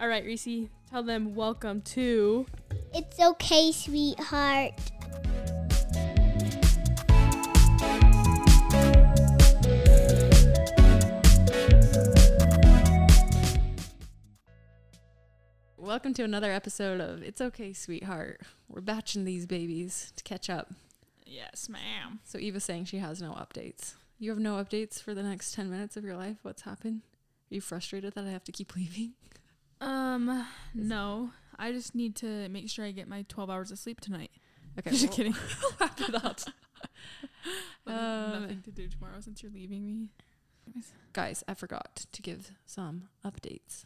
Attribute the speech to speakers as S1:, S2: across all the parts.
S1: All right, Reese, tell them welcome to.
S2: It's okay, sweetheart.
S3: Welcome to another episode of It's Okay, Sweetheart. We're batching these babies to catch up.
S4: Yes, ma'am.
S3: So Eva's saying she has no updates. You have no updates for the next 10 minutes of your life? What's happened? Are you frustrated that I have to keep leaving?
S4: Um, no. I just need to make sure I get my 12 hours of sleep tonight.
S3: Okay,
S4: Just
S3: well,
S4: kidding.
S3: after that.
S4: I have
S3: Um,
S4: nothing to do tomorrow since you're leaving me.
S3: Guys, I forgot to give some updates.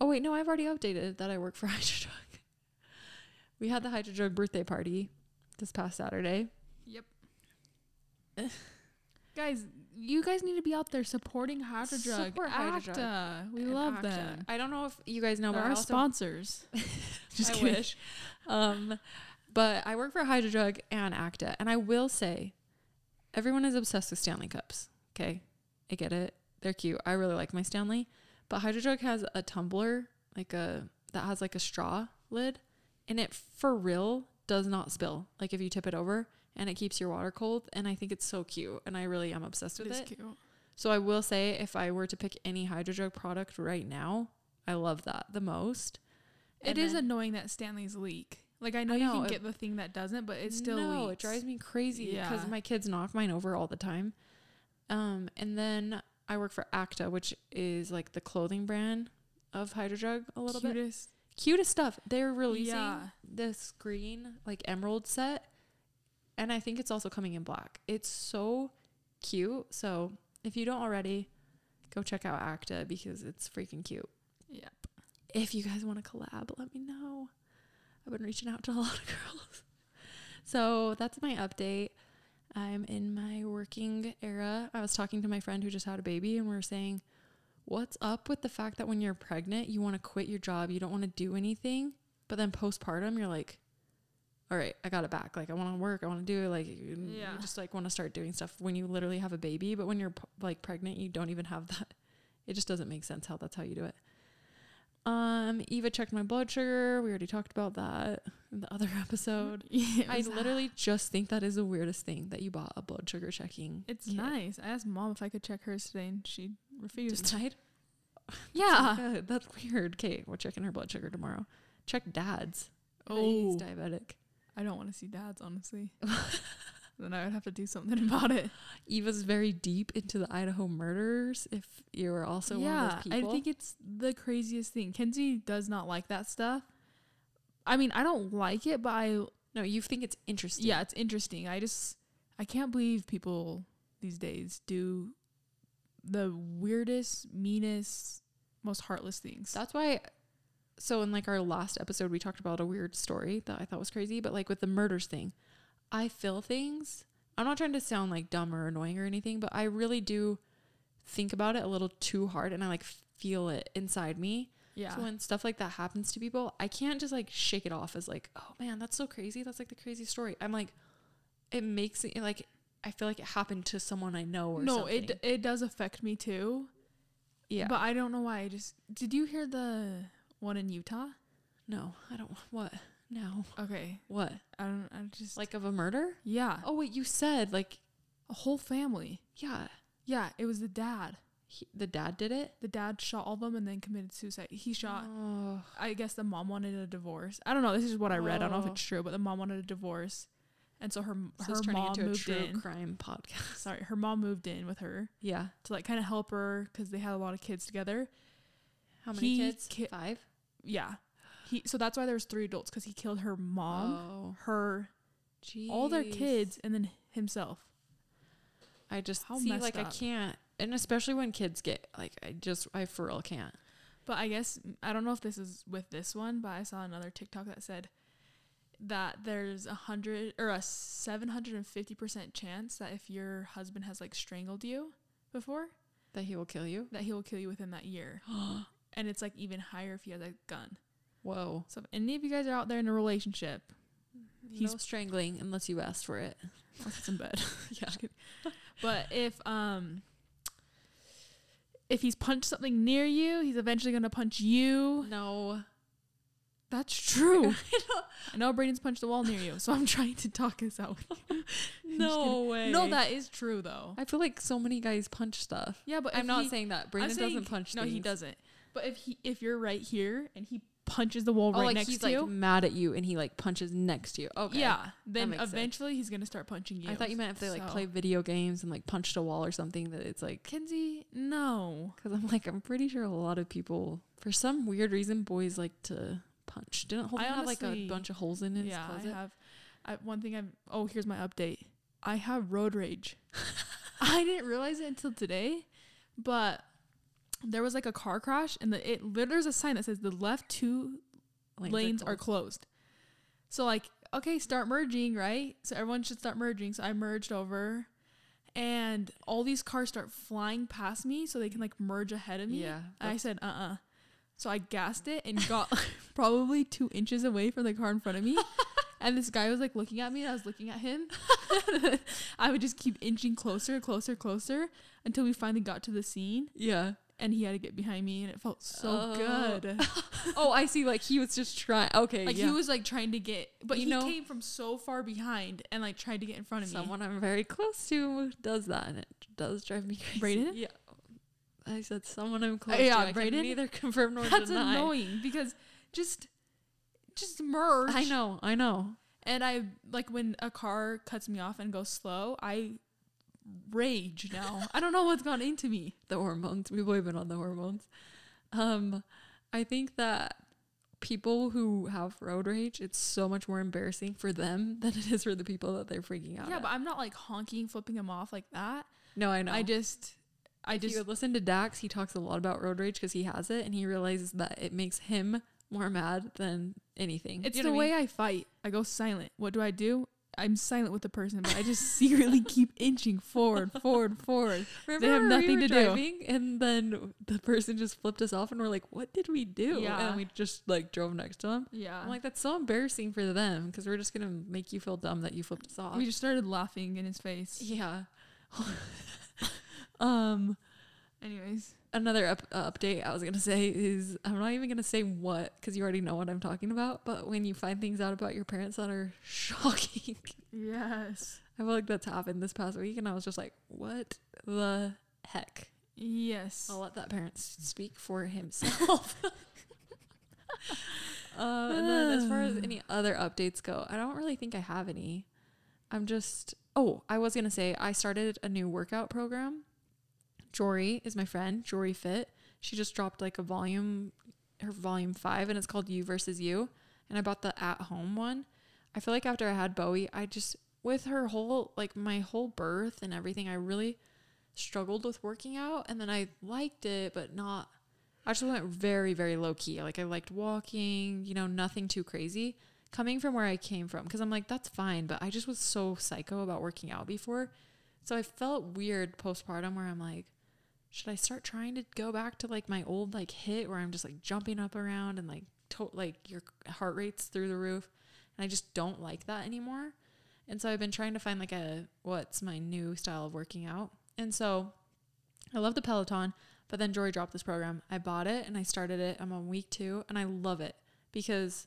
S3: Oh, wait, no, I've already updated that I work for Hydro Drug. We had the Hydro Drug birthday party this past Saturday.
S4: Yep. guys, you guys need to be out there supporting Hydra Drug.
S3: Support Hydra Drug
S4: ACTA. We
S3: And
S4: love
S3: Okta.
S4: them.
S3: I don't know if you guys know,
S4: They're
S3: but
S4: our
S3: I also
S4: sponsors. Just
S3: I
S4: kidding.
S3: wish. Um, but I work for Hydro Drug and Acta, and I will say, everyone is obsessed with Stanley cups. Okay, I get it; they're cute. I really like my Stanley, but Hydro Drug has a tumbler like a that has like a straw lid, and it for real does not spill. Like if you tip it over, and it keeps your water cold. And I think it's so cute, and I really am obsessed
S4: It
S3: with
S4: is
S3: it.
S4: cute.
S3: So I will say if I were to pick any Hydro Drug product right now, I love that the most.
S4: It
S3: And
S4: is
S3: then-
S4: annoying that Stanley's leak. Like I know,
S3: I
S4: you
S3: know,
S4: can
S3: it-
S4: get the thing that doesn't, but it still
S3: no,
S4: leaks.
S3: it drives me crazy because
S4: Yeah.
S3: my kids knock mine over all the time. Um, and then I work for Acta, which is like the clothing brand of Hydro Drug a little bit.
S4: Cutest.
S3: Cutest stuff. They're releasing
S4: Yeah.
S3: this green like emerald set, and I think it's also coming in black. It's so cute. So if you don't already, go check out Acta because it's freaking cute
S4: Yep.
S3: if you guys want to collab, let me know. I've been reaching out to a lot of girls. So that's my update. I'm in my working era. I was talking to my friend who just had a baby, and we were saying, What's up with the fact that when you're pregnant, you want to quit your job, you don't want to do anything, but then postpartum, you're like, All right, I got it back. Like, I want to work, I want to do it. Like, you you
S4: Yeah.
S3: just like want to start doing stuff when you literally have a baby, but when you're p- like pregnant, you don't even have that. It just doesn't make sense how that's how you do it. Um, Eva checked my blood sugar. We already talked about that in the other episode.
S4: It
S3: I
S4: was-
S3: literally just think that is the weirdest thing that you bought a blood sugar checking.
S4: It's
S3: kit
S4: nice. I asked mom if I could check hers today, and she refused.
S3: Tonight.
S4: yeah.
S3: Oh, God, that's weird. Okay, we're checking her blood sugar tomorrow. Check dad's. I bet
S4: Oh,
S3: he's diabetic.
S4: I don't want to see dads, honestly. then I would have to do something about it.
S3: Eva's very deep into the Idaho murders. If you were also one of those
S4: I
S3: people,
S4: think it's the craziest thing. Kenzie does not like that stuff. I mean, I don't like it, but I
S3: no, you think it's interesting.
S4: yeah, it's interesting. I just I can't believe people these days do the weirdest, meanest, most heartless things.
S3: That's why. So in like our last episode, we talked about a weird story that I thought was crazy, but like with the murders thing, I feel things. I'm not trying to sound like dumb or annoying or anything, but I really do think about it a little too hard, and I like feel it inside me.
S4: yeah.
S3: So when stuff like that happens to people, I can't just like shake it off as like, oh man, that's so crazy. That's like the craziest story. I'm like, it makes it like I feel like it happened to someone I know or
S4: no,
S3: something.
S4: it d- it does affect me too.
S3: yeah,
S4: But I don't know why. I just did you hear the one in Utah?
S3: no, I don't. What now?
S4: Okay.
S3: What
S4: I don't I just
S3: like of a murder?
S4: yeah,
S3: Oh wait, you said like
S4: a whole family.
S3: yeah,
S4: Yeah, it was the dad.
S3: he, the dad did it.
S4: The dad shot all of them and then committed suicide. He shot
S3: Oh,
S4: I guess the mom wanted a divorce. I don't know. This is what I read. I don't know if
S3: Oh.
S4: it's true, but the mom wanted a divorce, and so her
S3: this is
S4: her
S3: turning
S4: mom
S3: into a
S4: moved
S3: true
S4: in.
S3: crime podcast.
S4: Sorry, her mom moved in with her
S3: Yeah,
S4: to like kind of help her because they had a lot of kids together.
S3: how many
S4: He
S3: kids?
S4: ki-
S3: Five.
S4: Yeah, he so that's why there was three adults because he killed her mom,
S3: oh,
S4: her,
S3: jeez.
S4: all their kids, and then himself.
S3: I just
S4: How
S3: see
S4: messed
S3: like I
S4: up.
S3: can't, and especially when kids get like I just I for real can't.
S4: But I guess I don't know if this is with this one, but I saw another TikTok that said that there's a hundred or a seven hundred and fifty percent chance that if your husband has like strangled you before,
S3: That he will kill you.
S4: that he will kill you within that year. and it's like even higher if he has a gun.
S3: Whoa.
S4: So if any of you guys are out there in a relationship,
S3: He's
S4: He's-
S3: no strangling unless you asked for it.
S4: unless it's in bed.
S3: Yeah.
S4: Just kidding. But if um if he's punched something near you, he's eventually gonna punch you.
S3: No.
S4: That's true. I know Braden's punched the wall near you, so I'm trying to talk this out. with you.
S3: No way.
S4: No, that is true though.
S3: I feel like so many guys punch stuff.
S4: Yeah, but
S3: I'm
S4: if
S3: not
S4: he-
S3: saying that.
S4: I'm
S3: Brandon
S4: saying-
S3: doesn't punch
S4: No, he
S3: things.
S4: doesn't. But if he if you're right here and he punches the wall
S3: Oh,
S4: right
S3: like
S4: next
S3: he's
S4: to you,
S3: like mad at you and he like punches next to you. Okay.
S4: yeah, then
S3: makes sense.
S4: eventually he's gonna start punching you.
S3: I thought you meant if they like
S4: So-
S3: play video games and like punched a wall or something that it's like
S4: Kenzie. No,
S3: because I'm like I'm pretty sure a lot of people for some weird reason boys like to punch. Didn't Holden
S4: I
S3: have like a
S4: honestly-
S3: bunch of holes in his
S4: yeah, I
S3: closet?
S4: have. I, one thing I've. Oh, here's my update. I have road rage. I didn't realize it until today, but there was like a car crash, and the, it literally there's a sign that says the left two lanes, are, closed. So like, okay, start merging, right? So everyone should start merging. So I merged over, and all these cars start flying past me, so they can like merge ahead of me.
S3: Yeah,
S4: And I said, uh uh So I gassed it and got probably two inches away from the car in front of me. and this guy was like looking at me, and I was looking at him. I would just keep inching closer, closer, closer until we finally got to the scene.
S3: yeah.
S4: And he had to get behind me, and it felt so
S3: Oh.
S4: good.
S3: oh, I see. Like he was just trying. Okay,
S4: Like
S3: yeah.
S4: he was like trying to get, but
S3: You
S4: he
S3: know-
S4: came from so far behind and like tried to get in front of
S3: someone I'm very close to does that, and it does drive me crazy.
S4: Braden?
S3: yeah. I said someone I'm close
S4: Uh, yeah,
S3: to. I
S4: Braden?
S3: Can neither confirm nor
S4: me. That's
S3: deny.
S4: annoying because just just merge.
S3: I know. I know.
S4: And I like when a car cuts me off and goes slow, I rage now. I don't know what's gone into me.
S3: the hormones. We've always been on the hormones. Um, I think that people who have road rage, it's so much more embarrassing for them than it is for the people that they're freaking out.
S4: Yeah,
S3: at.
S4: but I'm not like honking, flipping him off like that.
S3: no, I know.
S4: I just, I
S3: If you
S4: just,
S3: would listen to Dax. He talks a lot about road rage because he has it, and he realizes that it makes him more mad than anything.
S4: it's
S3: You
S4: the
S3: know what I
S4: way
S3: mean?
S4: I fight. I go silent. What do I do? I'm silent with the person, but I just secretly keep inching forward, forward, forward.
S3: Remember
S4: have
S3: when
S4: nothing
S3: we were
S4: to do.
S3: driving, and then the person just flipped us off, and we're like, "What did we do?"
S4: Yeah.
S3: and we just like drove next to him.
S4: Yeah.
S3: I'm like, that's so embarrassing for them because we're just gonna make you feel dumb that you flipped us off.
S4: We just started laughing in his face.
S3: yeah. um,
S4: Anyways,
S3: another up- uh, update I was gonna say is I'm not even gonna say what because you already know what I'm talking about. But when you find things out about your parents that are shocking,
S4: yes,
S3: I feel like that's happened this past week, and I was just like, what the heck?
S4: yes.
S3: I'll let that parent s- speak for himself. um, and then, as far as any other updates go, I don't really think I have any. I'm just. Oh, I was gonna say I started a new workout program. Jory is my friend. Jory Fit. She just dropped like a volume, her volume five, and it's called You versus You. And I bought the at home one. I feel like after I had Bowie, I just with her whole like my whole birth and everything, I really struggled with working out and then I liked it, but not I just went very, very low key. Like I liked walking, you know, nothing too crazy. Coming from where I came from, because I'm like, that's fine, but I just was so psycho about working out before. So I felt weird postpartum where I'm like, should I start trying to go back to like my old like hit where I'm just like jumping up around and like to- like your heart rate's through the roof, and I just don't like that anymore. And so I've been trying to find like a what's my new style of working out. And so I love the Peloton, but then Jory dropped this program. I bought it and I started it. I'm on week two and I love it because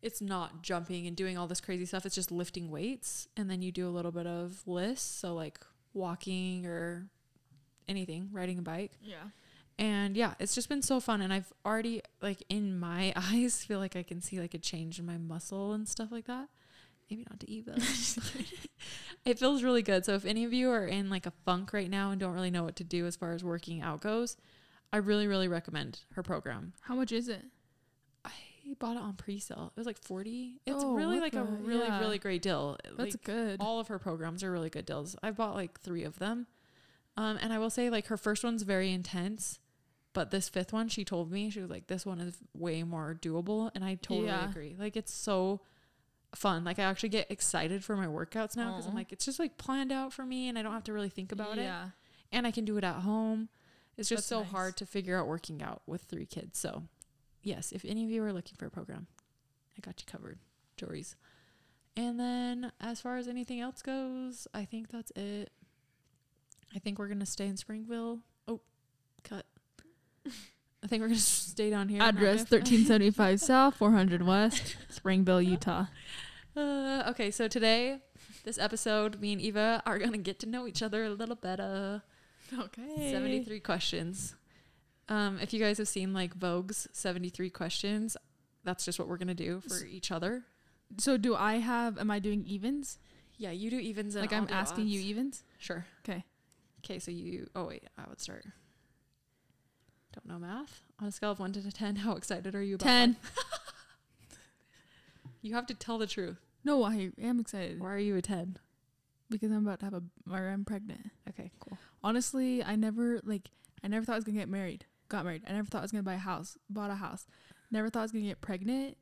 S3: it's not jumping and doing all this crazy stuff. It's just lifting weights and then you do a little bit of lists. So like walking or anything, riding a bike.
S4: yeah.
S3: And yeah, it's just been so fun. And I've already, like, in my eyes, feel like I can see like a change in my muscle and stuff like that. Maybe not to eat, but it feels really good. So if any of you are in like a funk right now and don't really know what to do as far as working out goes, I really, really recommend her program.
S4: How much is it?
S3: I bought it on pre-sale. It was like 40. It's
S4: Oh,
S3: really
S4: what
S3: like a
S4: the-
S3: really,
S4: yeah.
S3: really great deal.
S4: That's
S3: Like,
S4: good.
S3: all of her programs are really good deals. I've bought like three of them. Um, and I will say, like, her first one's very intense, but this fifth one, she told me, she was like, this one is way more doable. And I totally
S4: Yeah.
S3: agree. Like, it's so fun. Like, I actually get excited for my workouts now because I'm
S4: Aw.
S3: like, it's just like planned out for me and I don't have to really think about it.
S4: yeah.
S3: And I can do it at home. It's just
S4: That's
S3: so
S4: nice.
S3: hard to figure out working out with three kids. So, yes, if any of you are looking for a program, I got you covered. Jory's. And then as far as anything else goes, I think that's it. I think we're going to stay in Springville. Oh, Cut. I think we're gonna stay down here. and not
S4: Address
S3: go-
S4: 1375 South, 400 West, Springville, Utah.
S3: Uh, okay, so today, this episode, me and Eva are gonna get to know each other a little better.
S4: Okay.
S3: 73 questions. Um, if you guys have seen like Vogue's 73 questions, that's just what we're gonna do for each other.
S4: So do I have? Am I doing evens?
S3: Yeah, you do evens and
S4: like
S3: I'll
S4: I'm
S3: do
S4: asking you
S3: odds.
S4: evens.
S3: e-, Sure.
S4: 'Kay.
S3: Okay, so you. Oh wait, I would start. Don't know math. On a scale of one to ten, how excited are you about?
S4: Ten.
S3: life? You have to tell the truth.
S4: No, I am excited
S3: Why are you a ten?
S4: because I'm about to have a or I'm pregnant.
S3: Okay, cool.
S4: Honestly, I never like I never thought I was gonna get married. Got married. I never thought I was gonna buy a house. Bought a house. Never thought I was gonna get pregnant.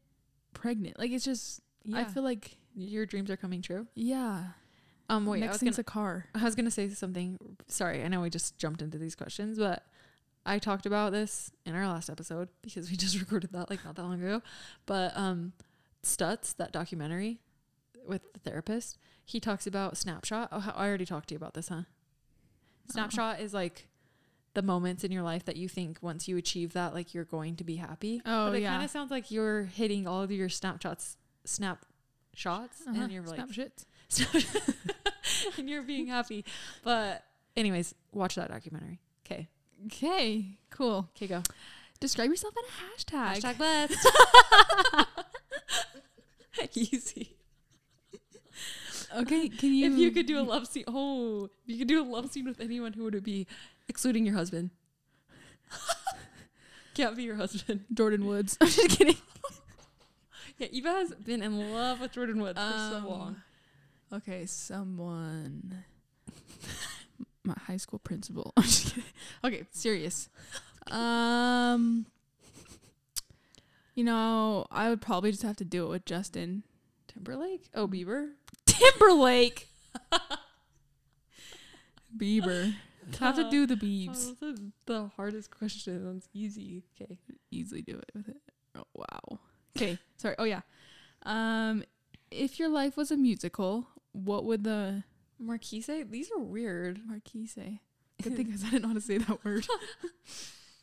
S4: Pregnant. Like it's just
S3: Yeah.
S4: I feel like
S3: your dreams are coming true.
S4: yeah.
S3: Um, wait, I
S4: Next
S3: was
S4: thing's
S3: gonna.
S4: a car.
S3: I was gonna say something. Sorry, I know we just jumped into these questions, but I talked about this in our last episode because we just recorded that like not that long ago. But um, Stutz, that documentary with the therapist, he talks about snapshot. Oh, I already talked to you about this, huh?
S4: Uh-huh.
S3: Snapshot is like the moments in your life that you think once you achieve that, like you're going to be happy.
S4: Oh,
S3: but it
S4: yeah.
S3: kind of sounds like you're hitting all of your snapshots, snapshots,
S4: Uh-huh.
S3: and you're like
S4: Snapshit.
S3: so and you're being happy. But anyways, watch that documentary. Okay.
S4: Okay. Cool.
S3: Okay, go.
S4: Describe yourself in a hashtag.
S3: Hashtag blessed. Easy.
S4: Okay. Can you?
S3: If you could do a love scene, oh, if you could do a love scene with anyone, who would it be? Excluding your husband. Can't be your husband.
S4: Jordan Woods. I'm just kidding.
S3: Yeah, Eva has been in love with Jordan Woods for so long.
S4: Okay, someone. My high school principal. I'm just kidding. Okay, serious. Um, you know, I would probably just have to do it with Justin
S3: Timberlake? Oh, Bieber?
S4: Timberlake. Bieber. have to do the Biebs.
S3: Oh, that's the hardest question. That's easy. Okay.
S4: Easily do it with it. Oh, wow. Okay, sorry. Oh yeah. Um, if your life was a musical, what would the
S3: Marquise, these are weird.
S4: marquee say? Good thing 'cause I didn't know how to say that word.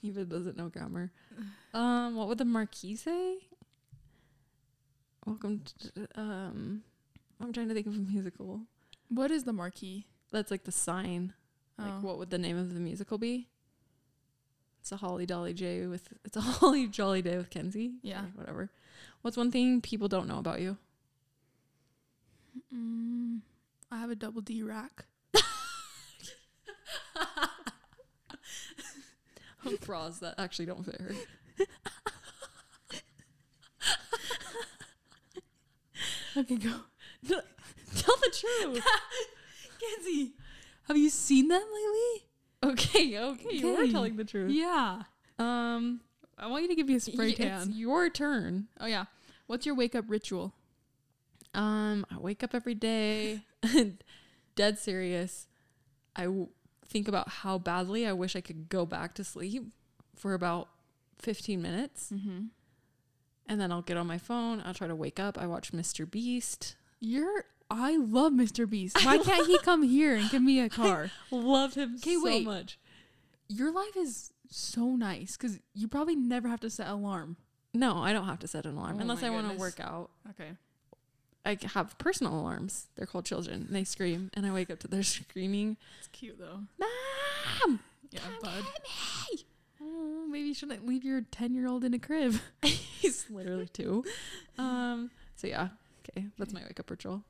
S3: Eva doesn't know grammar. Um, what would the marquee say? Welcome to um I'm trying to think of a musical.
S4: What is the marquee? Um,
S3: That's like the sign.
S4: Oh.
S3: Like what would the name of the musical be? It's a Holly Dolly J with it's a Holly Jolly Day with Kenzie.
S4: Yeah.
S3: Okay, whatever. What's one thing people don't know about you?
S4: Mm, I have a double D rack.
S3: Bras that actually don't fit her.
S4: Okay, go.
S3: Tell the truth.
S4: Kenzie, have you seen them lately?
S3: okay, okay, you are
S4: Okay.
S3: telling the
S4: Mm-hmm.
S3: truth.
S4: Yeah.
S3: Um,
S4: I want you to give me a spray
S3: y-
S4: tan.
S3: It's your turn.
S4: Oh, yeah. What's your wake up ritual?
S3: Um, I wake up every day and dead serious. I w- think about how badly I wish I could go back to sleep for about 15 minutes
S4: Mm-hmm.
S3: and then I'll get on my phone. I'll try to wake up. I watch Mr. Beast.
S4: You're. I love Mr. Beast. Why can't he come here and give me a car?
S3: Love him so
S4: wait.
S3: much.
S4: Your life is so nice because you probably never have to set alarm.
S3: No, I don't have to set an alarm
S4: Oh
S3: unless
S4: my
S3: I want to
S4: goodness.
S3: work out.
S4: Okay.
S3: I c- have personal alarms. They're called children. And they scream and I wake up to their screaming.
S4: It's cute, though.
S3: Mom!
S4: Yeah,
S3: Come
S4: bud.
S3: Hey!
S4: Oh, maybe you shouldn't leave your 10 year old in a crib.
S3: He's literally two. Um, so yeah, okay, that's my wake up ritual.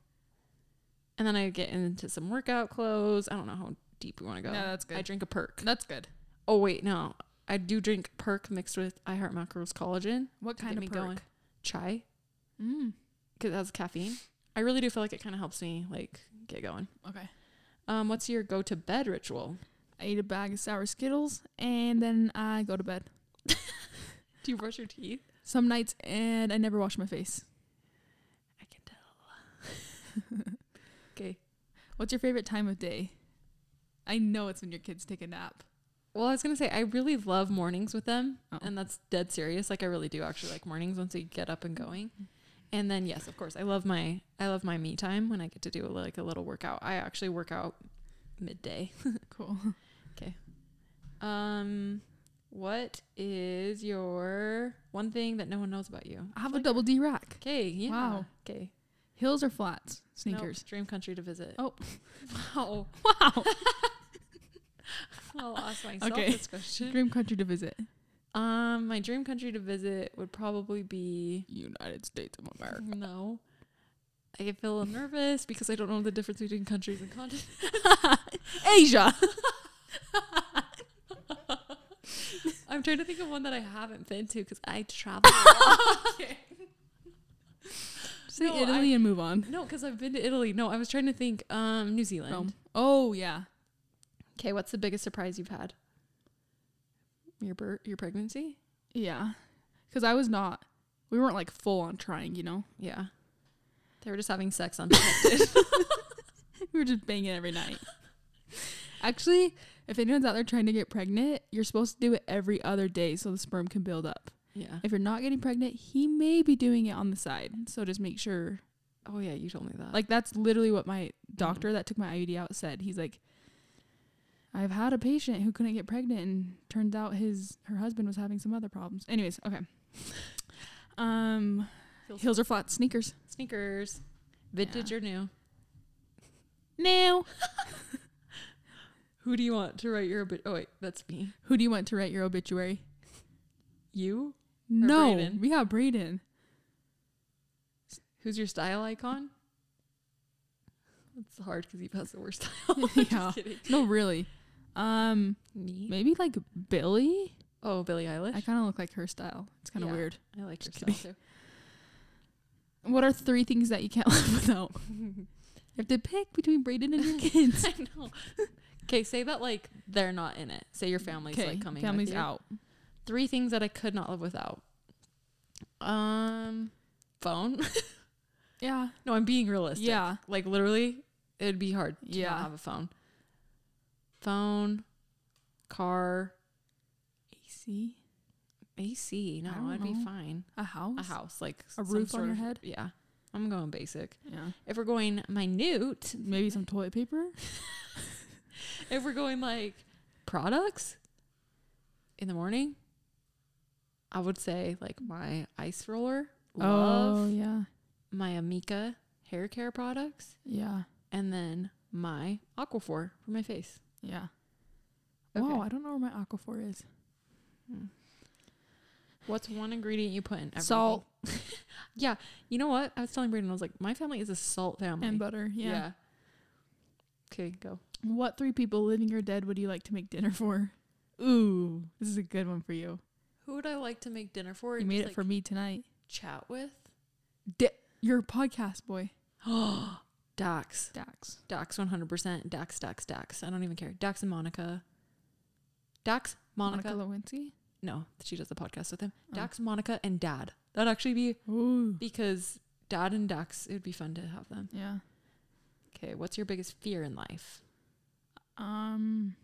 S3: And then I get into some workout clothes. I don't know how deep we want to go.
S4: No, that's good.
S3: I drink a perk.
S4: That's good.
S3: Oh wait, no, I do drink perk mixed with I Heart Macros collagen
S4: What
S3: kind of perk? chai
S4: Mm.
S3: because it has caffeine. I really do feel like it kind of helps me like get going.
S4: Okay.
S3: Um, what's your go to bed ritual?
S4: I eat a bag of sour Skittles and then I go to bed.
S3: Do you brush your teeth?
S4: Some nights and I never wash my face.
S3: I can tell. okay.
S4: What's your favorite time of day? I know it's when your kids take a nap.
S3: Well, I was gonna say I really love mornings with them,
S4: Oh.
S3: and that's dead serious. Like I really do actually like mornings once they get up and going.
S4: Mm-hmm.
S3: And then yes, of course, I love my I love my me time when I get to do like a little workout. I actually work out midday.
S4: Cool.
S3: Okay. Um, what is your one thing that no one knows about you?
S4: I have a double D rack.
S3: Okay, yeah.
S4: Wow.
S3: Okay.
S4: Hills or flats? Sneakers.
S3: dream country to visit.
S4: Oh.
S3: wow.
S4: Wow.
S3: I lost myself
S4: Okay.
S3: this question.
S4: Dream country to visit.
S3: Um, my dream country to visit would probably be
S4: United States of America.
S3: no. I feel nervous because I don't know the difference between countries and continents.
S4: Asia.
S3: I'm trying to think of one that I haven't been to because I travel. a lot.
S4: Say
S3: No,
S4: Italy and move on.
S3: No, because I've been to Italy. No, I was trying to think. Um, New Zealand.
S4: Rome. Oh yeah.
S3: Okay, what's the biggest surprise you've had? Your bir- your pregnancy?
S4: Yeah. Cause I was not we weren't like full on trying, you know?
S3: Yeah. They were just having sex on
S4: We were just banging every night. Actually, if anyone's out there trying to get pregnant, you're supposed to do it every other day so the sperm can build up.
S3: Yeah.
S4: If you're not getting pregnant, he may be doing it on the side. So just make sure.
S3: Oh yeah, you told me that.
S4: Like that's literally what my doctor that took my IUD out said. He's like I've had a patient who couldn't get pregnant and turns out his her husband was having some other problems. Anyways, okay. Um heels or flats sneakers.
S3: sneakers. Vintage or new?
S4: Now,
S3: Who do you want to write your obit? Oh wait, that's me.
S4: who do you want to write your obituary?
S3: You?
S4: no,
S3: Brayden?
S4: we have Brayden.
S3: Who's your style icon? It's hard because he has the worst style.
S4: Yeah.
S3: Just kidding.
S4: No, really. Um,
S3: Me?
S4: maybe like Billy.
S3: Oh, Billie Eilish.
S4: I kind of look like her style. It's kind of
S3: Yeah.
S4: weird.
S3: I like her
S4: Just
S3: style too.
S4: What are three things that you can't live without? you have to pick between Brayden and your kids.
S3: I know. Okay, say that like they're not in it. Say your family's like coming. with
S4: Family's
S3: you.
S4: out.
S3: Three things that I could not live without. Um, phone.
S4: Yeah.
S3: no, I'm being realistic.
S4: Yeah.
S3: Like literally, it'd be hard to yeah.
S4: Yeah.
S3: not have a phone. Phone, car,
S4: AC.
S3: AC. No,
S4: I don't
S3: I'd be
S4: know.
S3: fine.
S4: A house.
S3: A house, like
S4: A
S3: some
S4: roof
S3: sort
S4: on your
S3: of-
S4: head?
S3: Yeah, I'm going basic.
S4: Yeah.
S3: If we're going minute,
S4: Maybe some toilet paper.
S3: if we're going like products in the morning, I would say like my ice roller,
S4: Oh
S3: love
S4: yeah.
S3: my Amika hair care products,
S4: Yeah.
S3: and then my Aquaphor for my face.
S4: Yeah.
S3: Okay.
S4: Wow, I don't know where my aquaphor is.
S3: What's one ingredient you put in everything?
S4: Salt
S3: Yeah, you know what? I was telling Brayden, I was like, my family is a salt family.
S4: and butter. yeah.
S3: Okay, go.
S4: What three people, living or dead, would you like to make dinner for? Ooh, this is a good one for you.
S3: Who would I like to make dinner for?
S4: You made it for me tonight.
S3: Chat with
S4: Your podcast boy,
S3: Dax.
S4: Dax.
S3: Dax 100%. Dax, Dax, Dax. I don't even care. Dax and Monica. Dax, Monica.
S4: Lewinsky.
S3: No, she does the podcast with him.
S4: Oh.
S3: Dax, Monica, and Dad. That'd actually be
S4: Ooh,
S3: because Dad and Dax, it would be fun to have them.
S4: yeah.
S3: Okay, what's your biggest fear in life?
S4: Um.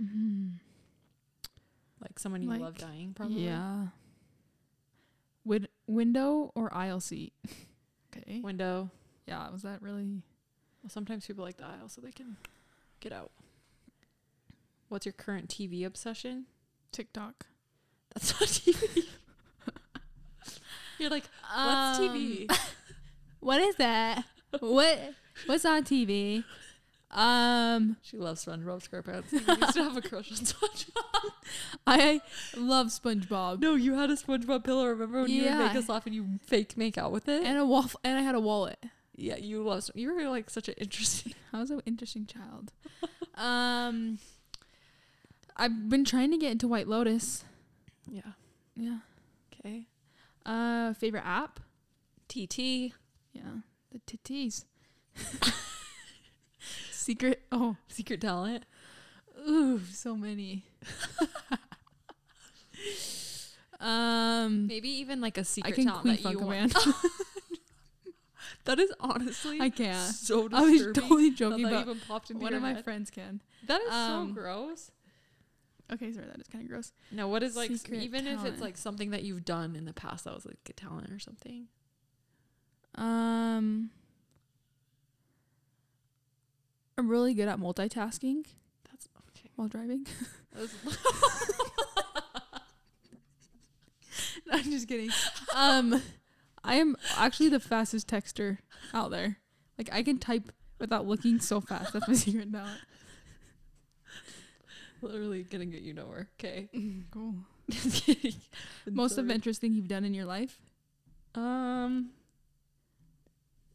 S4: mhm.
S3: Like someone you love
S4: Like,
S3: dying, probably?
S4: Yeah. Wid- window or aisle seat? Okay.
S3: Window.
S4: Yeah. Was that really?
S3: Well, sometimes people like the aisle so they can get out. What's your current TV obsession?
S4: TikTok.
S3: That's not TV. You're like, what's
S4: Um,
S3: TV?
S1: What is that? what?
S4: What's on TV? Um,
S3: She loves SpongeBob SquarePants. You used to have a crush on SpongeBob.
S4: I love SpongeBob
S3: No, you had a SpongeBob pillow. Remember when you would make
S4: Yeah.
S3: us laugh and you fake make out with it?
S4: and a waffle, and I had a wallet.
S3: yeah, you loved. You were like such an interesting.
S4: I was an interesting child. um, I've been trying to get into White Lotus.
S3: Yeah.
S4: Yeah.
S3: Okay.
S4: Uh, favorite app?
S3: TT
S4: Yeah, the titties. Secret. Oh,
S3: Secret Talent.
S4: ooh, so many. um,
S3: Maybe even like a secret
S4: I can
S3: talent
S4: queef
S3: that
S4: on
S3: you want.
S4: command.
S3: That is honestly
S4: I can't.
S3: so
S4: I
S3: disturbing.
S4: was totally
S3: that
S4: joking,
S3: that
S4: but
S3: even popped into
S4: one
S3: your
S4: of my
S3: head.
S4: friends can.
S3: That is
S4: Um,
S3: so gross.
S4: Okay, sorry, that is kind of gross.
S3: No, what is like s-
S4: Secret
S3: even if
S4: talent.
S3: it's like something that you've done in the past that was like a talent or something.
S4: Um, I'm really good at multitasking
S3: That's okay.
S4: while driving.
S3: No, I'm just kidding.
S4: um, I am actually the fastest texter out there. Like I can type without looking so fast. That's my secret now.
S3: Literally gonna get you nowhere. Okay.
S4: Cool.
S3: Just kidding.
S4: Most adventurous thing you've done in your life?
S3: Um,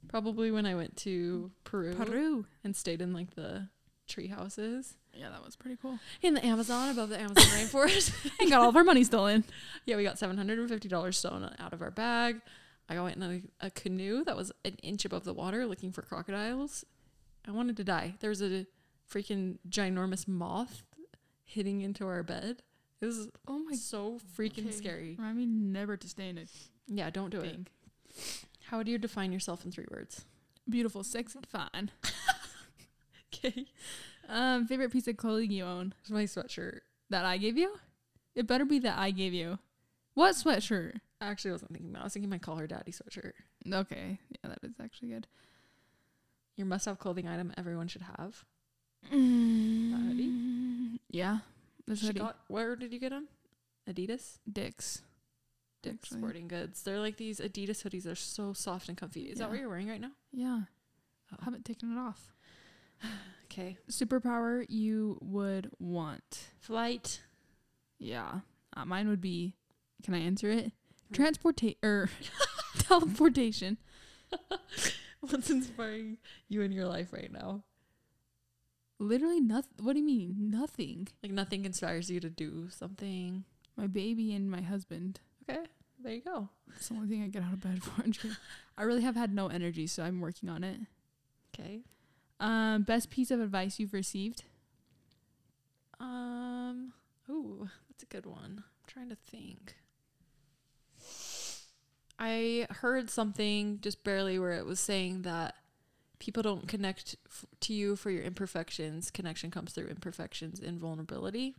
S3: probably when I went to Peru, and stayed in like the tree houses
S4: Yeah, that was pretty cool.
S3: in the Amazon above the Amazon rainforest.
S4: And got all of our money stolen.
S3: yeah, we got seven hundred and fifty dollars stolen out of our bag. I went in a, a canoe that was an inch above the water looking for crocodiles. I wanted to die. There was a freaking ginormous moth hitting into our bed. It was
S4: Oh my
S3: so freaking
S4: Okay.
S3: scary.
S4: Remind me never to stay in a
S3: Yeah, don't do it.
S4: thing.
S3: How do you define yourself in three words?
S4: Beautiful, sexy, fine.
S3: Okay.
S4: Um, favorite piece of clothing you own
S3: It's my sweatshirt.
S4: that I gave you? It better be that I gave you. What sweatshirt?
S3: I actually wasn't thinking that. I was thinking my call her daddy sweatshirt.
S4: Okay, yeah, that is actually good.
S3: Your must have clothing item everyone should have.
S4: hoodie? Mm. Yeah, there's
S3: She
S4: hoodie.
S3: got, where did you get them? Adidas?
S4: Dicks. Dicks. I think.
S3: Sporting Goods. They're like these Adidas hoodies. They're so soft and comfy. Is that what
S4: Yeah.
S3: you're wearing right now?
S4: Yeah,
S3: Oh.
S4: haven't taken it off.
S3: Okay.
S4: Superpower you would want?
S3: Flight.
S4: Yeah, uh, mine would be. Can I answer it? Transportation or teleportation.
S3: What's inspiring you in your life right now?
S4: Literally nothing. What do you mean? Nothing.
S3: Like nothing inspires you to do something.
S4: My baby and my husband.
S3: Okay. There you go.
S4: It's the only thing I get out of bed for. I'm just kidding. I really have had no energy, so I'm working on it.
S3: Okay.
S4: Um, best piece of advice you've received?
S3: Um. Ooh, that's a good one. I'm trying to think. I heard something just barely where it was saying that people don't connect f- to you for your imperfections. Connection comes through imperfections and vulnerability,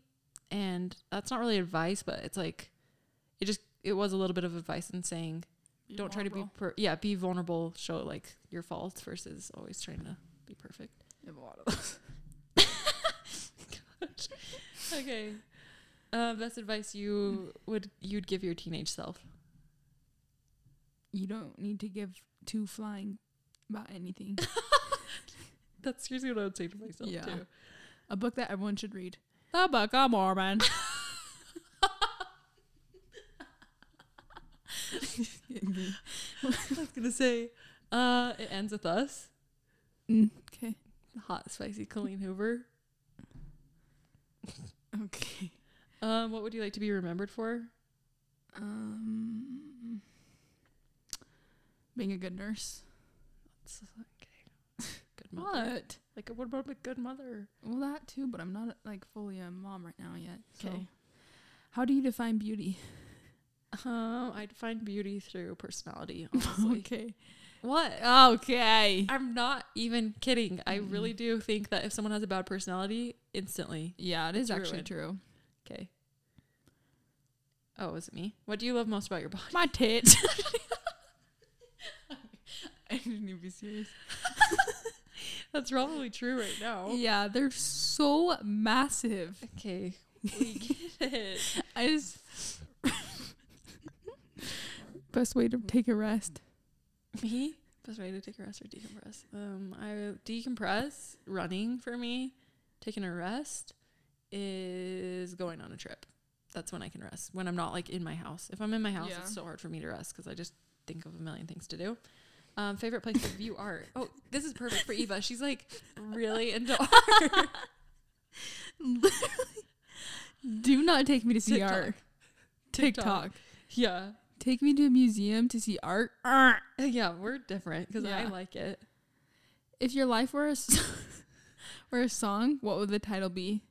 S3: and that's not really advice, but it's like it just it was a little bit of advice in saying don't try to be per- yeah be vulnerable, show like your faults versus always trying to be perfect. okay. Uh, best advice you would you'd give your teenage self?
S4: You don't need to give two flying about anything.
S3: That's seriously what I would say to myself
S4: Yeah.
S3: too.
S4: A book that everyone should read. The Book of Mormon. Mm-hmm.
S3: I was gonna say, uh, it ends with us.
S4: Okay.
S3: Hot, spicy, Colleen Hoover.
S4: Okay.
S3: Um, what would you like to be remembered for?
S4: Um, being a good nurse.
S3: It's okay. Good mother. Like, what about a good mother?
S4: Well, that too, but I'm not like fully a mom right now yet. So,
S3: Okay.
S4: how do you define beauty?
S3: Um, I define beauty through personality. Honestly.
S4: okay.
S3: What? Uh,
S4: Okay.
S3: I'm not even kidding. I really do think that if someone has a bad personality, instantly.
S4: Yeah, it is
S3: It's
S4: actually
S3: ruined.
S4: true.
S3: Okay. Oh, is it me? What do you love most about your body?
S4: My tits. I didn't even be serious.
S3: That's probably true right now.
S4: Yeah, they're so massive.
S3: Okay. We get it.
S4: I just best way to take a rest.
S3: Me? Best way to take a rest or decompress? Um, I decompress running for me. Taking a rest is going on a trip. That's when I can rest. When I'm not like in my house. If I'm in my house,
S4: Yeah.
S3: it's so hard for me to rest because I just think of a million things to do. Um, favorite place to view art. Oh, this is perfect for Eva. She's like really into art.
S4: Do not take me to see
S3: TikTok.
S4: art.
S3: TikTok.
S4: TikTok.
S3: Yeah.
S4: Take me to a museum to see art.
S3: Yeah, we're different because I
S4: Yeah.
S3: like it.
S4: If your life were a s- were a song, what would the title be?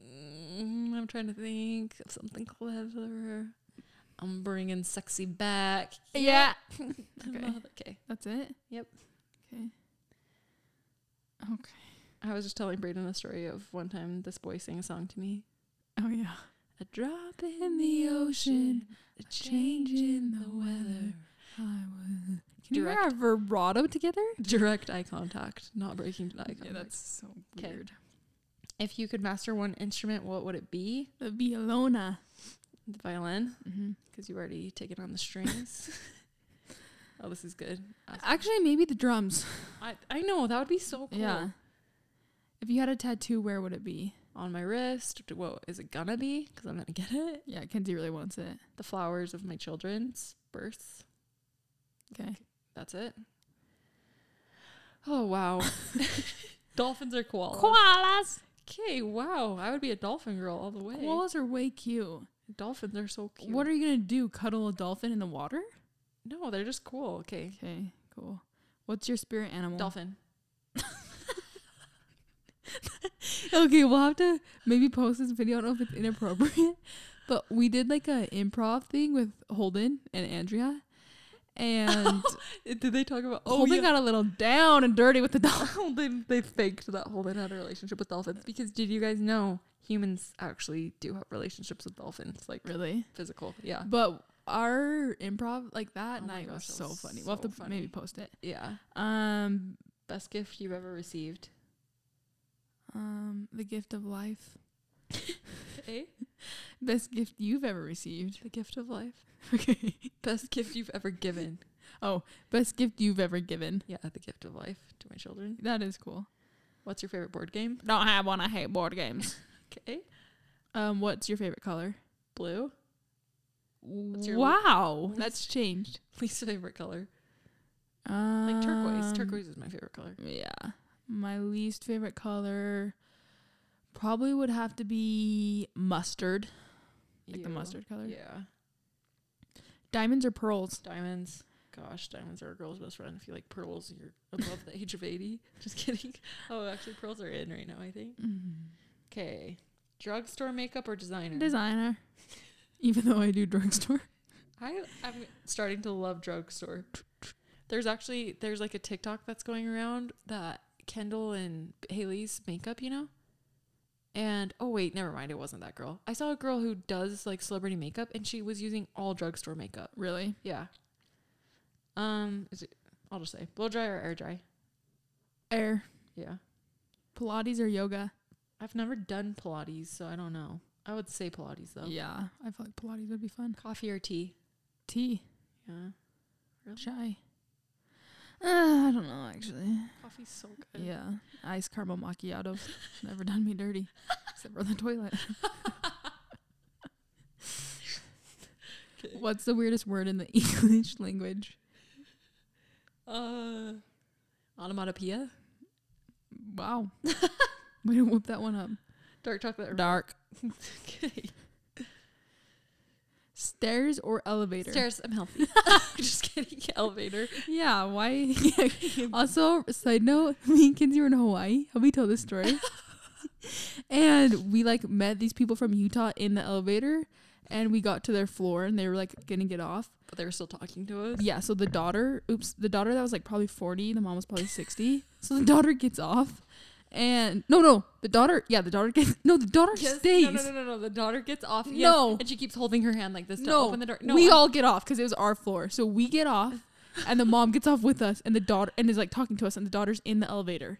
S3: Mm, I'm trying to think of something clever. I'm bringing sexy back.
S4: Yeah.
S3: Okay.
S4: Okay.
S3: okay.
S4: That's it.
S3: Yep.
S4: Okay.
S3: I was just telling Braden a story of one time this boy sang a song to me.
S4: Oh yeah.
S3: A drop in the ocean, a change in the weather,
S4: Can you
S3: Direct.
S4: have vibrato together?
S3: Direct eye contact, not breaking eye contact.
S4: Yeah, that's so
S3: 'Kay.
S4: weird.
S3: if you could master one instrument, what would it be?
S4: The violona.
S3: The violin,
S4: Mm-hmm.
S3: because you've already taken on the strings. oh, this is good. I,
S4: Actually, maybe the drums.
S3: I, I know that would be so cool.
S4: Yeah. If you had a tattoo, where would it be?
S3: On my wrist. Whoa, is it gonna be? Because I'm gonna get it.
S4: Yeah, Kenzie really wants it.
S3: The flowers of my children's births.
S4: Okay.
S3: That's it. Oh wow. Dolphins are koalas.
S4: Koalas.
S3: Okay, wow. I would be a dolphin girl all the way.
S4: Koalas are way cute.
S3: Dolphins are so cute.
S4: What are you gonna do? Cuddle a dolphin in the water?
S3: no, they're just cool. Okay.
S4: Okay, cool. What's your spirit animal?
S3: Dolphin.
S4: Okay, we'll have to maybe post this video. I don't know if it's inappropriate, but we did like a improv thing with Holden and Andrea, and
S3: Did they talk about oh
S4: Holden
S3: yeah.
S4: got a little down and dirty with the dolphin.
S3: Holden they faked that Holden had a relationship with dolphins because did you guys know humans actually do have relationships with dolphins? Like
S4: Really?
S3: physical. Yeah.
S4: But our improv like that
S3: Oh my
S4: night was
S3: gosh, that
S4: so
S3: was
S4: funny. we'll have
S3: so
S4: to maybe
S3: funny.
S4: post it.
S3: Yeah.
S4: Um,
S3: Best gift you've ever received.
S4: um, the gift of life,
S3: Eh?
S4: best gift you've ever received.
S3: The gift of life.
S4: Okay.
S3: Best gift you've ever given.
S4: Oh, best gift you've ever given.
S3: Yeah, the gift of life to my children.
S4: That is cool.
S3: What's your favorite board game?
S4: Don't have one. I hate board games.
S3: Okay.
S4: um, what's your favorite color?
S3: Blue. your-
S4: wow,
S3: what's-
S4: that's changed.
S3: Least favorite color.
S4: Um,
S3: Like turquoise. Turquoise is my favorite color.
S4: Yeah, my least favorite color probably would have to be mustard, like the
S3: Ew.
S4: mustard color.
S3: Yeah.
S4: Diamonds or pearls?
S3: Diamonds. Gosh, diamonds are a girl's best friend. If you like pearls, you're above the age of 80. Just kidding. Oh, actually, pearls are in right now, I think.
S4: Mm-hmm.
S3: Okay. Drugstore makeup or designer?
S4: Designer. Even though I do drugstore.
S3: I I'm starting to love drugstore. There's actually there's like a TikTok that's going around that Kendall and Haley's makeup, you know. And oh wait, never mind. It wasn't that girl. I saw a girl who does like celebrity makeup, and she was using all drugstore makeup.
S4: Really?
S3: Yeah. Um, is it, I'll just say blow dry or air dry.
S4: Air.
S3: Yeah,
S4: Pilates or yoga?
S3: I've never done Pilates, so I don't know. I would say Pilates though.
S4: Yeah, I feel like Pilates would be fun.
S3: Coffee or tea?
S4: Tea.
S3: Yeah. Really?
S4: Chai. Uh, I don't know actually.
S3: Coffee's so good.
S4: Yeah, ice caramel macchiatos never done me dirty, except for the toilet. What's the weirdest word in the English language?
S3: Uh, onomatopoeia.
S4: Wow, way to whoop that one up.
S3: Dark chocolate. Or
S4: Dark
S3: okay.
S4: stairs or elevator?
S3: Stairs. I'm healthy. Just kidding. Elevator.
S4: Yeah, why? also, side note, me and Kinsey were in Hawaii. Have we told this story? and we like met these people from Utah in the elevator and we got to their floor and they were like gonna get off.
S3: But they were still talking to us.
S4: Yeah, so the daughter, oops, the daughter that was like probably 40, the mom was probably 60. so the daughter gets off and no, no, the daughter, yeah, the daughter gets, no, the daughter
S3: Yes.
S4: stays.
S3: No, no, no, no, no. The daughter gets off. Yes.
S4: No.
S3: And she keeps holding her hand like this to
S4: no,
S3: open the door. No.
S4: we
S3: I'm-
S4: all get off because it was our floor. So we get off, and the mom gets off with us, and the daughter and is like talking to us, and the daughter's in the elevator,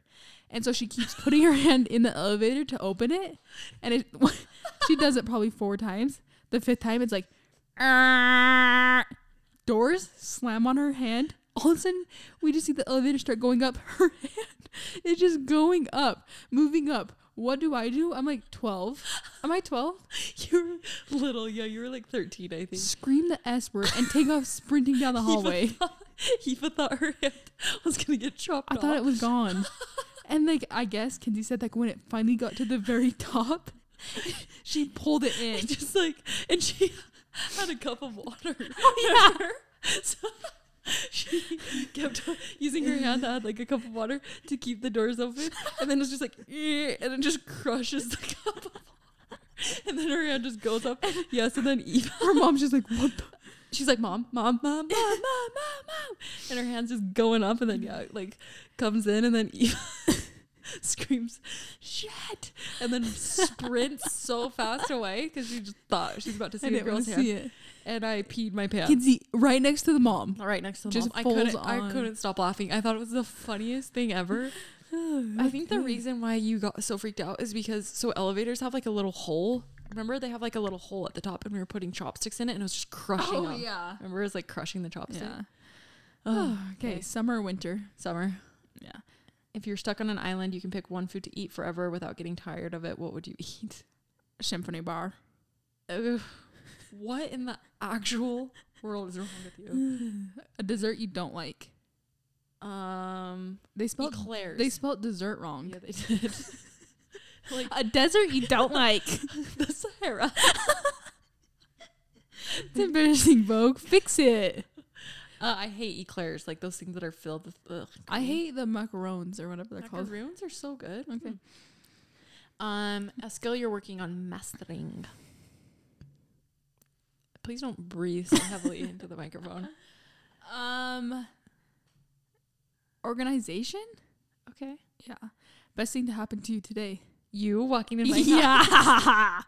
S4: and so she keeps putting her hand in the elevator to open it, and it she does it probably four times. The fifth time, it's like "Arr." doors slam on her hand. All of a sudden, we just see the elevator start going up. Her hand is just going up, moving up. What do I do? I'm like 12. Am I 12?
S3: You were little. Yeah, you were like 13, I think.
S4: scream the S word and take off sprinting down the hallway.
S3: Eva thought her hand was going to get chopped
S4: I
S3: off.
S4: thought it was gone. and like I guess Kinsey said like when it finally got to the very top, she pulled it in.
S3: And just like, and she had a cup of water. yeah. So she kept using her hand that had like a cup of water to keep the doors open. And then it's just like, "Eh," and it just crushes the cup of water. And then her hand just goes up. Yeah, so then e Eva,
S4: Her mom's just like, What the
S3: she's like, Mom, Mom, Mom, Mom, Mom, Mom, Mom. And her hand's just going up. And then, yeah, like comes in. And then Eva screams, shit, and then sprints so fast away because she just thought she's about to see
S4: I
S3: a
S4: didn't want
S3: girl's
S4: to
S3: hand.
S4: see it.
S3: And I peed my pants.
S4: Kinsey, right next to the mom.
S3: right next to the
S4: Just
S3: mom. I
S4: falls
S3: couldn't,
S4: on.
S3: I couldn't stop laughing. I thought it was the funniest thing ever. I think
S4: Mm-hmm.
S3: the reason why you got so freaked out is because so elevators have like a little hole. Remember they have like a little hole at the top, and we were putting chopsticks in it, and it was just crushing them.
S4: Oh, yeah.
S3: Remember it was like crushing the chopstick. Ah.
S4: Yeah. Oh, okay,
S3: okay.
S4: summer, winter.
S3: Summer.
S4: Yeah.
S3: If you're stuck on an island, you can pick one food to eat forever without getting tired of it. What would you eat?
S4: Symphony bar.
S3: Ugh. what in the actual world is wrong with you?
S4: A dessert you don't like.
S3: Um,
S4: They spelled
S3: eclairs.
S4: they spelled dessert wrong.
S3: yeah, they did. like
S4: A desert you don't like.
S3: the Sahara.
S4: it's embarrassing, Vogue. Fix it.
S3: Uh, I hate eclairs, like those things that are filled with. Ugh,
S4: I hate the macarons or whatever they're called.
S3: macaroons are so good.
S4: Okay.
S3: Um, a skill you're working on mastering. Please don't breathe so heavily into the microphone.
S4: Um organization?
S3: Okay.
S4: Yeah. Best thing to happen to you today.
S3: You walking in my house.
S4: yeah.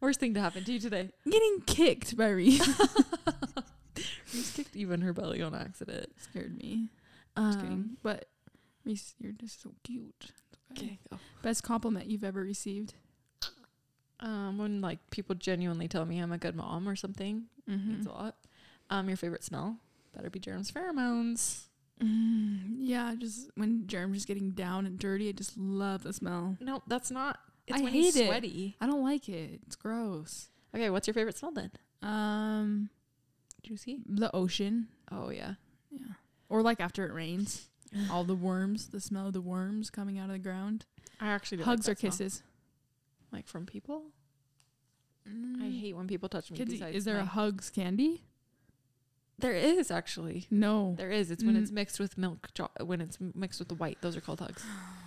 S3: Worst thing to happen to you today.
S4: Getting kicked by Reese
S3: Reese kicked even her belly on accident.
S4: scared me. Just kidding.
S3: Um,
S4: But Reese, you're just so cute.
S3: okay. go.
S4: Best compliment you've ever received.
S3: Um, when like people genuinely tell me I'm a good mom or something, means a lot. Um, your favorite smell better be germs pheromones.
S4: Mm, yeah, just when germs just getting down and dirty, I just love the smell.
S3: No, that's not. It's
S4: I
S3: when he's
S4: hate it.
S3: sweaty.
S4: I don't like it. It's gross.
S3: Okay, what's your favorite smell then?
S4: Um,
S3: Juicy.
S4: the ocean.
S3: Oh yeah.
S4: Yeah. Or like after it rains, all the worms, the smell of the worms coming out of the ground.
S3: I actually
S4: Hugs or kisses.
S3: like from people. I hate when people touch me.
S4: Mm. Kids,
S3: besides
S4: is there a
S3: my-
S4: hugs candy?
S3: there is actually
S4: No.
S3: there is. It's when it's
S4: Mm.
S3: mixed with milk. Cho- when it's m- mixed with the white, those are called hugs.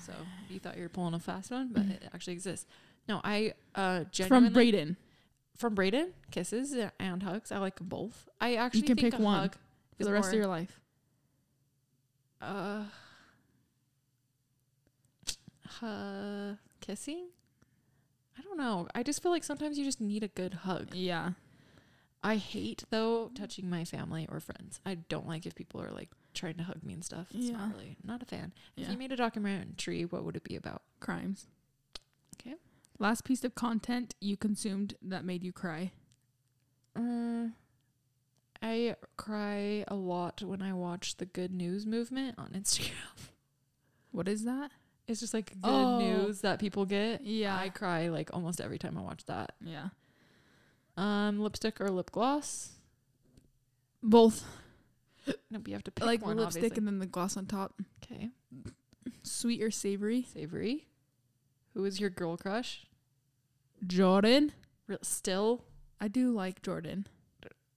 S3: So you thought you were pulling a fast one, but it actually exists. No, I uh
S4: Mm.
S3: genuinely
S4: From Braden.
S3: from Braden kisses and hugs. I like 'em both. I actually
S4: can
S3: think
S4: pick
S3: a
S4: one
S3: hug
S4: For
S3: is
S4: the rest
S3: more-
S4: of your life.
S3: Uh, uh, kissing? I don't know. I just feel like sometimes you just need a good hug.
S4: Yeah.
S3: I hate though touching my family or friends. I don't like if people are like trying to hug me and stuff. It's
S4: Yeah.
S3: not really not a fan. If
S4: Yeah.
S3: you made a documentary, what would it be about?
S4: Crimes.
S3: Okay.
S4: Last piece of content you consumed that made you cry. Mm.
S3: Um, I cry a lot when I watch the Good News Movement on Instagram.
S4: What is that?
S3: It's just like good
S4: Oh.
S3: news that people get.
S4: Yeah.
S3: I cry like almost every time I watch that.
S4: yeah.
S3: Um, lipstick or lip gloss?
S4: Both
S3: No, but you have to pick
S4: like
S3: one.
S4: lipstick
S3: obviously.
S4: and then the gloss on top.
S3: okay,
S4: Sweet or savory?
S3: savory. Who is your girl crush?
S4: Jordan.
S3: Real, still,
S4: I do like Jordan.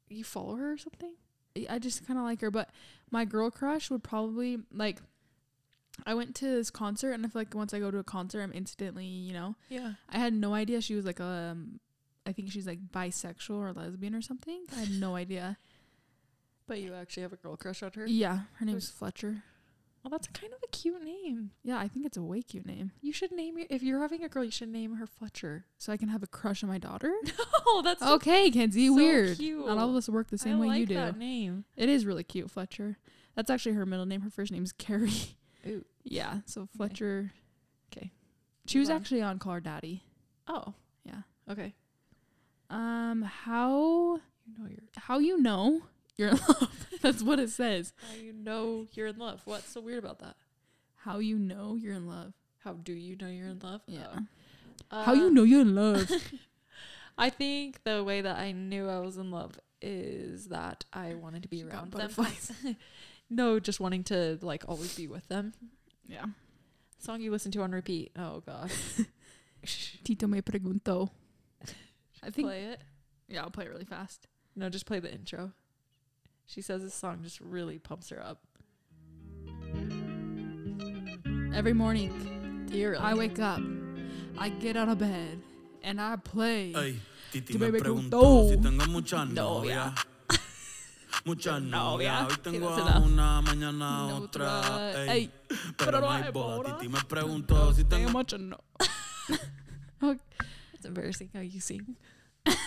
S3: you follow her or something?
S4: I- I just kind of like her, but my girl crush would probably like. I went to this concert, and I feel like once I go to a concert, I'm instantly, you know,
S3: Yeah.
S4: I had no idea she was like um, I think she's like bisexual or lesbian or something. I had no idea.
S3: But you actually have a girl crush on her.
S4: Yeah, her name's Fletcher.
S3: Well, that's kind of a cute name.
S4: Yeah, I think it's a way cute name,
S3: You should name your if you're having a girl, you should name her Fletcher.
S4: so I can have a crush on my daughter.
S3: Oh, that's so
S4: okay, Kenzie,
S3: so
S4: weird.
S3: cute.
S4: Not all of us work the same
S3: I
S4: way
S3: like
S4: you do.
S3: That name.
S4: It is really cute, Fletcher. That's actually her middle name. Her first name's Carrie.
S3: Ooh.
S4: Yeah, so Fletcher.
S3: 'Kay.
S4: She was
S3: Move on.
S4: actually on Call Her Daddy.
S3: Oh.
S4: Yeah.
S3: Okay.
S4: Um, how
S3: You know you're
S4: how you know you're in love? That's what it says.
S3: how you know you're in love. What's so weird about that?
S4: How you know you're in love?
S3: How do you know you're in love?
S4: Yeah.
S3: Oh.
S4: how
S3: Uh,
S4: you know you're in love?
S3: I think the way that I knew I was in love is that I wanted to be
S4: She got
S3: around them. no, just wanting to like always be with them.
S4: yeah.
S3: Song you listen to on repeat. Oh gosh.
S4: Tito me pregunto. I think.
S3: play it.
S4: Yeah, I'll play it really fast.
S3: No, just play the intro. She says this song just really pumps her up.
S4: Every morning,
S3: Do you really?
S4: I wake up, I get out of bed, and I play.
S5: Ey, Titi
S4: Tu
S5: me
S4: me
S5: preguntó
S4: preguntó.
S5: si tengo muchas
S4: No,
S5: novias. Muchas
S3: novia.
S5: novias. Hoy
S3: Sí,
S5: tengo
S3: that's
S5: a
S3: enough.
S5: una, mañana a
S3: Otra.
S5: otra. Ey,
S3: Ey,
S5: pero no hay boda. Titi me preguntó si tengo
S4: much no.
S3: It's embarrassing how you sing.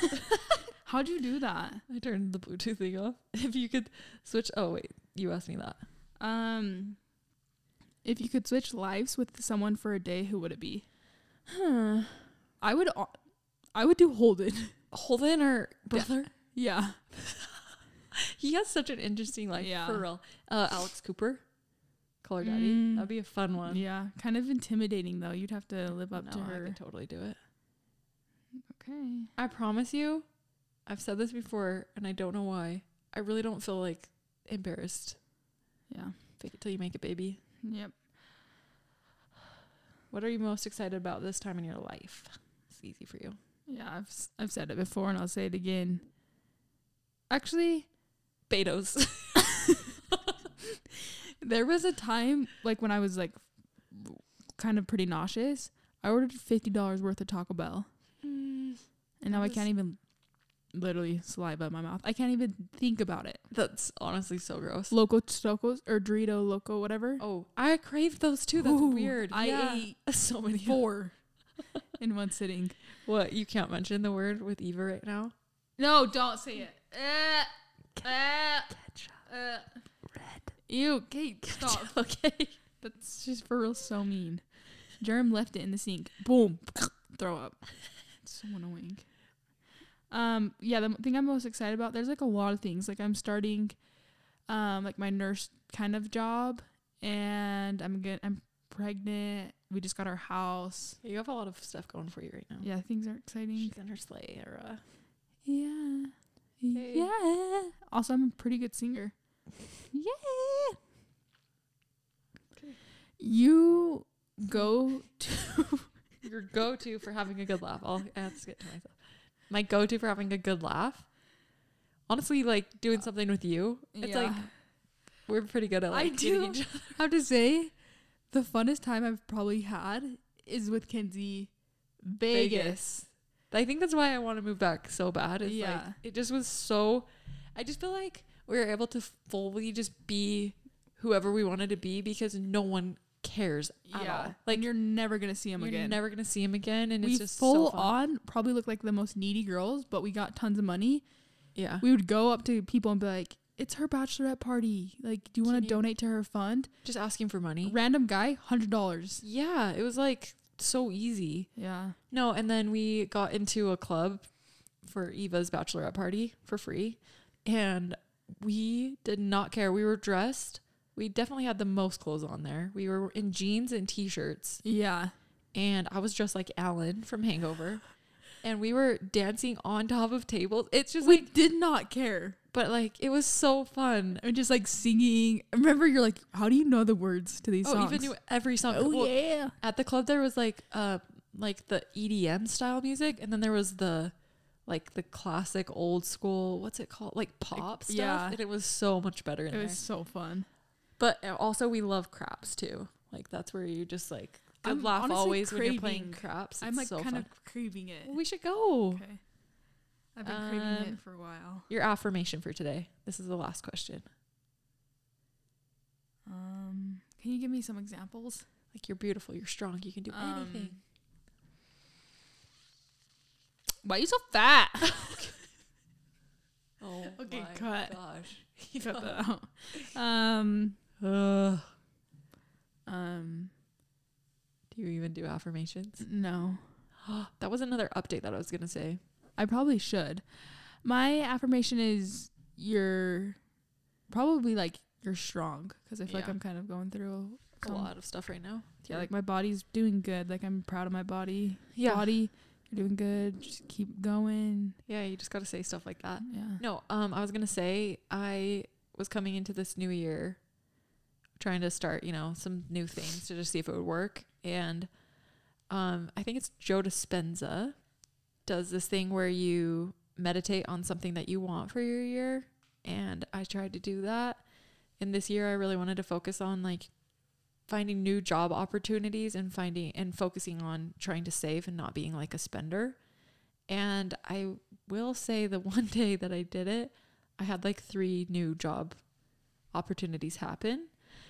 S4: How'd you do that?
S3: I turned the Bluetooth thing off. If you could switch. Oh, wait. You asked me that.
S4: Um, if you could switch lives with someone for a day, who would it be?
S3: Huh.
S4: I would. o- I would do Holden.
S3: Holden or brother?
S4: yeah.
S3: He has such an interesting life.
S4: Yeah.
S3: For real. Uh, Alex Cooper. Call her daddy.
S4: Mm.
S3: That'd be a fun one.
S4: Yeah. Kind of intimidating though. You'd have to live up to
S3: No, I
S4: her.
S3: could totally do it.
S4: Okay.
S3: I promise you, I've said this before and I don't know why. I really don't feel like embarrassed.
S4: Yeah.
S3: Fake it till you make it, baby.
S4: Yep.
S3: What are you most excited about this time in your life? It's easy for you.
S4: Yeah. I've s- I've said it before and I'll say it again. Actually,
S3: Betos.
S4: there was a time like when I was like kind of pretty nauseous. I ordered fifty dollars worth of Taco Bell,
S3: Mm.
S4: and now I
S3: That
S4: can't even literally saliva in my mouth. I can't even think about it.
S3: That's honestly so gross.
S4: Loco Tacos or Dorito Loco, whatever.
S3: Oh, I crave those too. That's
S4: Ooh,
S3: weird.
S4: I
S3: Yeah.
S4: ate
S3: so many.
S4: four in one sitting.
S3: What? You can't mention the word with Eva right now?
S4: No, don't say it. Uh, Uh, Ew, Kate, stop.
S3: okay.
S4: That's just for real so mean. Germ left it in the sink. Boom. Throw up. It's so annoying. Um, yeah, the m- thing I'm most excited about, there's like a lot of things. Like I'm starting um like my nurse kind of job and I'm get I'm pregnant. We just got our house.
S3: You have a lot of stuff going for you right now.
S4: Yeah, things are exciting.
S3: She's in her sleigh era.
S4: Yeah.
S3: Hey.
S4: Yeah. Also, I'm a pretty good singer. Yeah. You go
S3: Your go to for having a good laugh. I'll ask it to myself. My go to for having a good laugh. Honestly, like doing something with you. It's like
S4: Yeah.
S3: we're pretty good at
S4: I
S3: like getting
S4: do.
S3: each-
S4: have to say, the funnest time I've probably had is with Kenzie Vegas.
S3: Vegas. I think that's why I want to move back so bad. It's like
S4: Yeah.
S3: it just was so I just feel like we were able to fully just be whoever we wanted to be because no one cares at
S4: Yeah.
S3: all.
S4: Like
S3: Like
S4: you're never gonna see him
S3: you're
S4: again.
S3: never gonna see him again and
S4: we
S3: it's just
S4: full
S3: so fun.
S4: on probably look like the most needy girls, but we got tons of money.
S3: Yeah.
S4: We would go up to people and be like, "It's her bachelorette party. Like, do you want
S3: Can
S4: to
S3: you-
S4: donate to her fund?"
S3: Just asking for money.
S4: Random guy, hundred dollars.
S3: Yeah, it was like so easy.
S4: Yeah.
S3: No, and then we got into a club for Eva's bachelorette party for free. And we did not care. We were dressed. We definitely had the most clothes on there. We were in jeans and t shirts.
S4: Yeah.
S3: And I was dressed like Alan from Hangover. And we were dancing on top of tables. It's just
S4: we
S3: like,
S4: did not care.
S3: but like, it was so fun.
S4: And just like singing. I remember, you're like, how do you know the words to these
S3: Oh,
S4: songs? Oh,
S3: Eva knew every song. Well,
S4: yeah.
S3: at the club there was like uh like the EDM style music and then there was the like the classic old school what's it called like pop stuff
S4: yeah.
S3: and it was so much better in
S4: It
S3: there.
S4: was so fun.
S3: But uh, also we love craps too. Like that's where you just like good
S4: I'm
S3: laugh
S4: honestly
S3: always when you're
S4: craving-
S3: playing craps. It's
S4: I'm like
S3: so
S4: kind
S3: fun.
S4: of craving it.
S3: we should go.
S4: Okay. I've been craving
S3: Um,
S4: it for a while.
S3: Your affirmation for today. This is the last question.
S4: Um, can you give me some examples?
S3: Like you're beautiful, you're strong, you can do anything.
S4: Um, Why are you so fat?
S3: Oh
S4: Ah! okay,
S3: my
S4: cut.
S3: gosh.
S4: you got that out. Um,
S3: Ugh.
S4: um,
S3: do you even do affirmations?
S4: no.
S3: that was another update that I was gonna say.
S4: I probably should. My affirmation is you're probably like you're strong because I feel like
S3: Yeah.
S4: I'm kind of going through
S3: a
S4: some-
S3: lot of stuff right now.
S4: Yeah, like my body's doing good. Like I'm proud of my body.
S3: yeah,
S4: Body, you're doing good. Just keep going.
S3: yeah. You just gotta say stuff like
S6: Uh,
S3: that.
S4: Yeah.
S3: No, um, I was gonna say I was coming into this new year, trying to start, you know, some new things to just see if it would work. And, um, I think it's Joe Dispenza does this thing where you meditate on something that you want for your year, and I tried to do that. And this year, I really wanted to focus on like finding new job opportunities and finding and focusing on trying to save and not being like a spender. And I will say the one day that I did it, I had like three new job opportunities happen.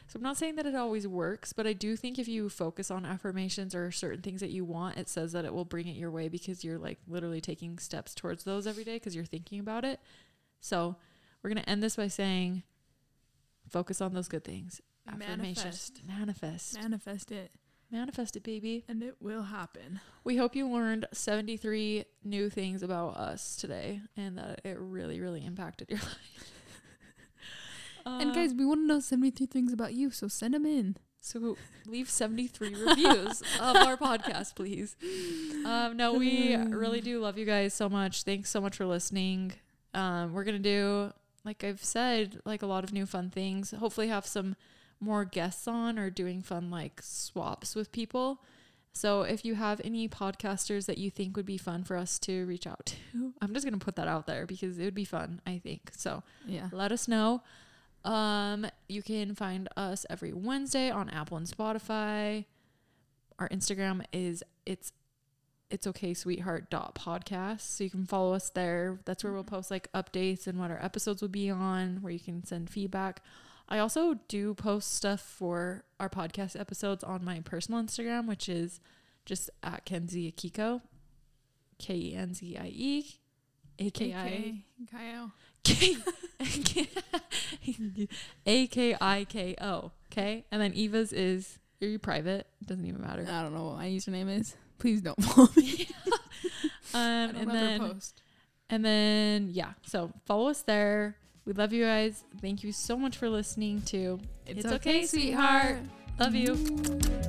S3: So I'm not saying that it always works, but I do think if you focus on affirmations or certain things that you want, it says that it will bring it your way because you're like literally taking steps towards those every day because you're thinking about it. So we're going to end this by saying focus on those good things. Affirmations. Manifest. Manifest.
S4: Manifest it,
S3: Manifest it, baby.
S4: and it will happen.
S3: We hope you learned 73 new things about us today and that it really, really impacted your life.
S6: and Uh,
S3: Um,
S6: guys, we want to know 73 things about you, so send them in.
S3: So leave 73 reviews of our podcast, please. Um, no, we really do love you guys so much. Thanks so much for listening. Um, we're going to do, like I've said, like a lot of new fun things. Hopefully, have some more guests on or doing fun like swaps with people. So if you have any podcasters that you think would be fun for us to reach out to, I'm just going to put that out there because it would be fun, I think. So
S6: Yeah.
S3: let us know. Um, you can find us every Wednesday on Apple and Spotify. Our Instagram is it's it's okay sweetheart dot podcast. So you can follow us there. That's where we'll post like updates and what our episodes will be on, where you can send feedback. I also do post stuff for our podcast episodes on my personal Instagram, which is just at Kenzie Akiko. K E N Z I E A K I
S4: Kyle.
S3: K- A K I K O. Okay. And then Eva's is, are you private? Doesn't even matter.
S6: I don't know what my username is. Please don't follow me.
S3: Um, and then, and then, yeah. So follow us there. We love you guys. Thank you so much for listening to It's, okay, sweetheart. Love you.